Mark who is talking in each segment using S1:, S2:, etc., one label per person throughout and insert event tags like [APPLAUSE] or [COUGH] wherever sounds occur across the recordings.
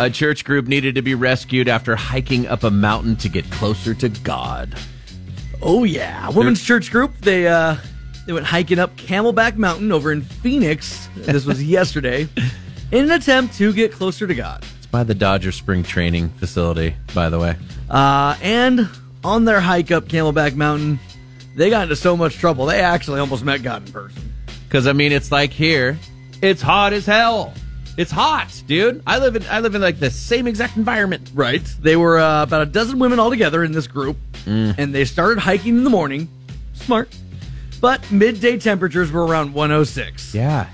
S1: A church group needed to be rescued after hiking up a mountain to get closer to God.
S2: Oh yeah, women's church group. They uh, they went hiking up Camelback Mountain over in Phoenix. This was yesterday, in an attempt to get closer to God.
S1: It's by the Dodger Spring Training Facility, by the way.
S2: Uh, and on their hike up Camelback Mountain, they got into so much trouble they actually almost met God in person.
S1: Because I mean, it's like here, it's hot as hell. It's hot, dude. I live in I live in like the same exact environment.
S2: Right. They were uh, about a dozen women all together in this group, and they started hiking in the morning. Smart. But midday temperatures were around 106.
S1: Yeah.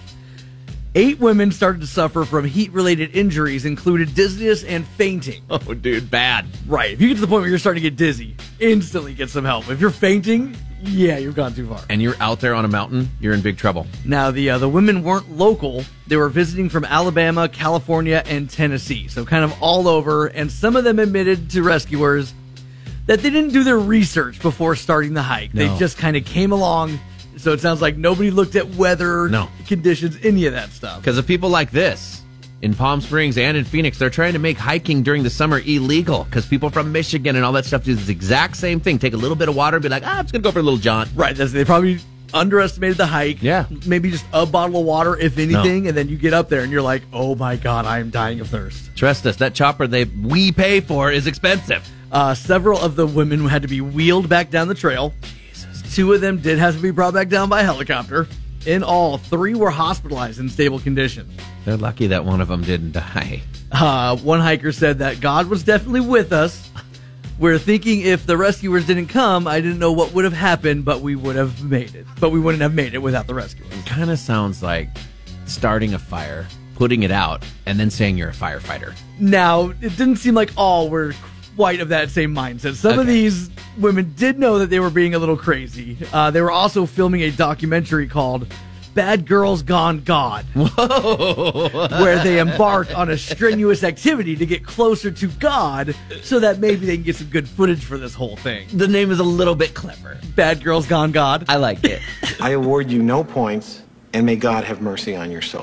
S2: Eight women started to suffer from heat related injuries, included dizziness and fainting.
S1: [LAUGHS] Oh, dude, bad.
S2: Right. If you get to the point where you're starting to get dizzy, instantly get some help. If you're fainting, yeah, you've gone too far.
S1: And you're out there on a mountain, you're in big trouble.
S2: Now, the uh, the women weren't local; they were visiting from Alabama, California, and Tennessee, so kind of all over. And some of them admitted to rescuers that they didn't do their research before starting the hike.
S1: No.
S2: They just kind of came along. So it sounds like nobody looked at weather
S1: No.
S2: conditions, any of that stuff.
S1: Because of people like this in Palm Springs and in Phoenix, they're trying to make hiking during the summer illegal. Because people from Michigan and all that stuff do this exact same thing: take a little bit of water and be like, "Ah, I'm just gonna go for a little jaunt."
S2: Right. That's, they probably underestimated the hike.
S1: Yeah.
S2: Maybe just a bottle of water, if anything, and then you get up there and you're like, "Oh my god, I am dying of thirst."
S1: Trust us, that chopper they we pay for is expensive.
S2: Uh, several of the women had to be wheeled back down the trail. Two of them did have to be brought back down by helicopter. In all, three were hospitalized in stable condition.
S1: They're lucky that one of them didn't die.
S2: Uh, one hiker said that God was definitely with us. We're thinking if the rescuers didn't come, I didn't know what would have happened, but we would have made it. But we wouldn't have made it without the rescuers.
S1: Kind of sounds like starting a fire, putting it out, and then saying you're a firefighter.
S2: Now, it didn't seem like all were quite of that same mindset. Some of
S1: Okay.
S2: these women did know that they were being a little crazy. Uh, they were also filming a documentary called Bad Girls Gone God, where they embark on a strenuous activity to get closer to God so that maybe they can get some good footage for this whole thing.
S1: The name is a little bit clever.
S2: Bad Girls Gone God.
S1: I like it.
S3: I award you no points, and may God have mercy on your soul.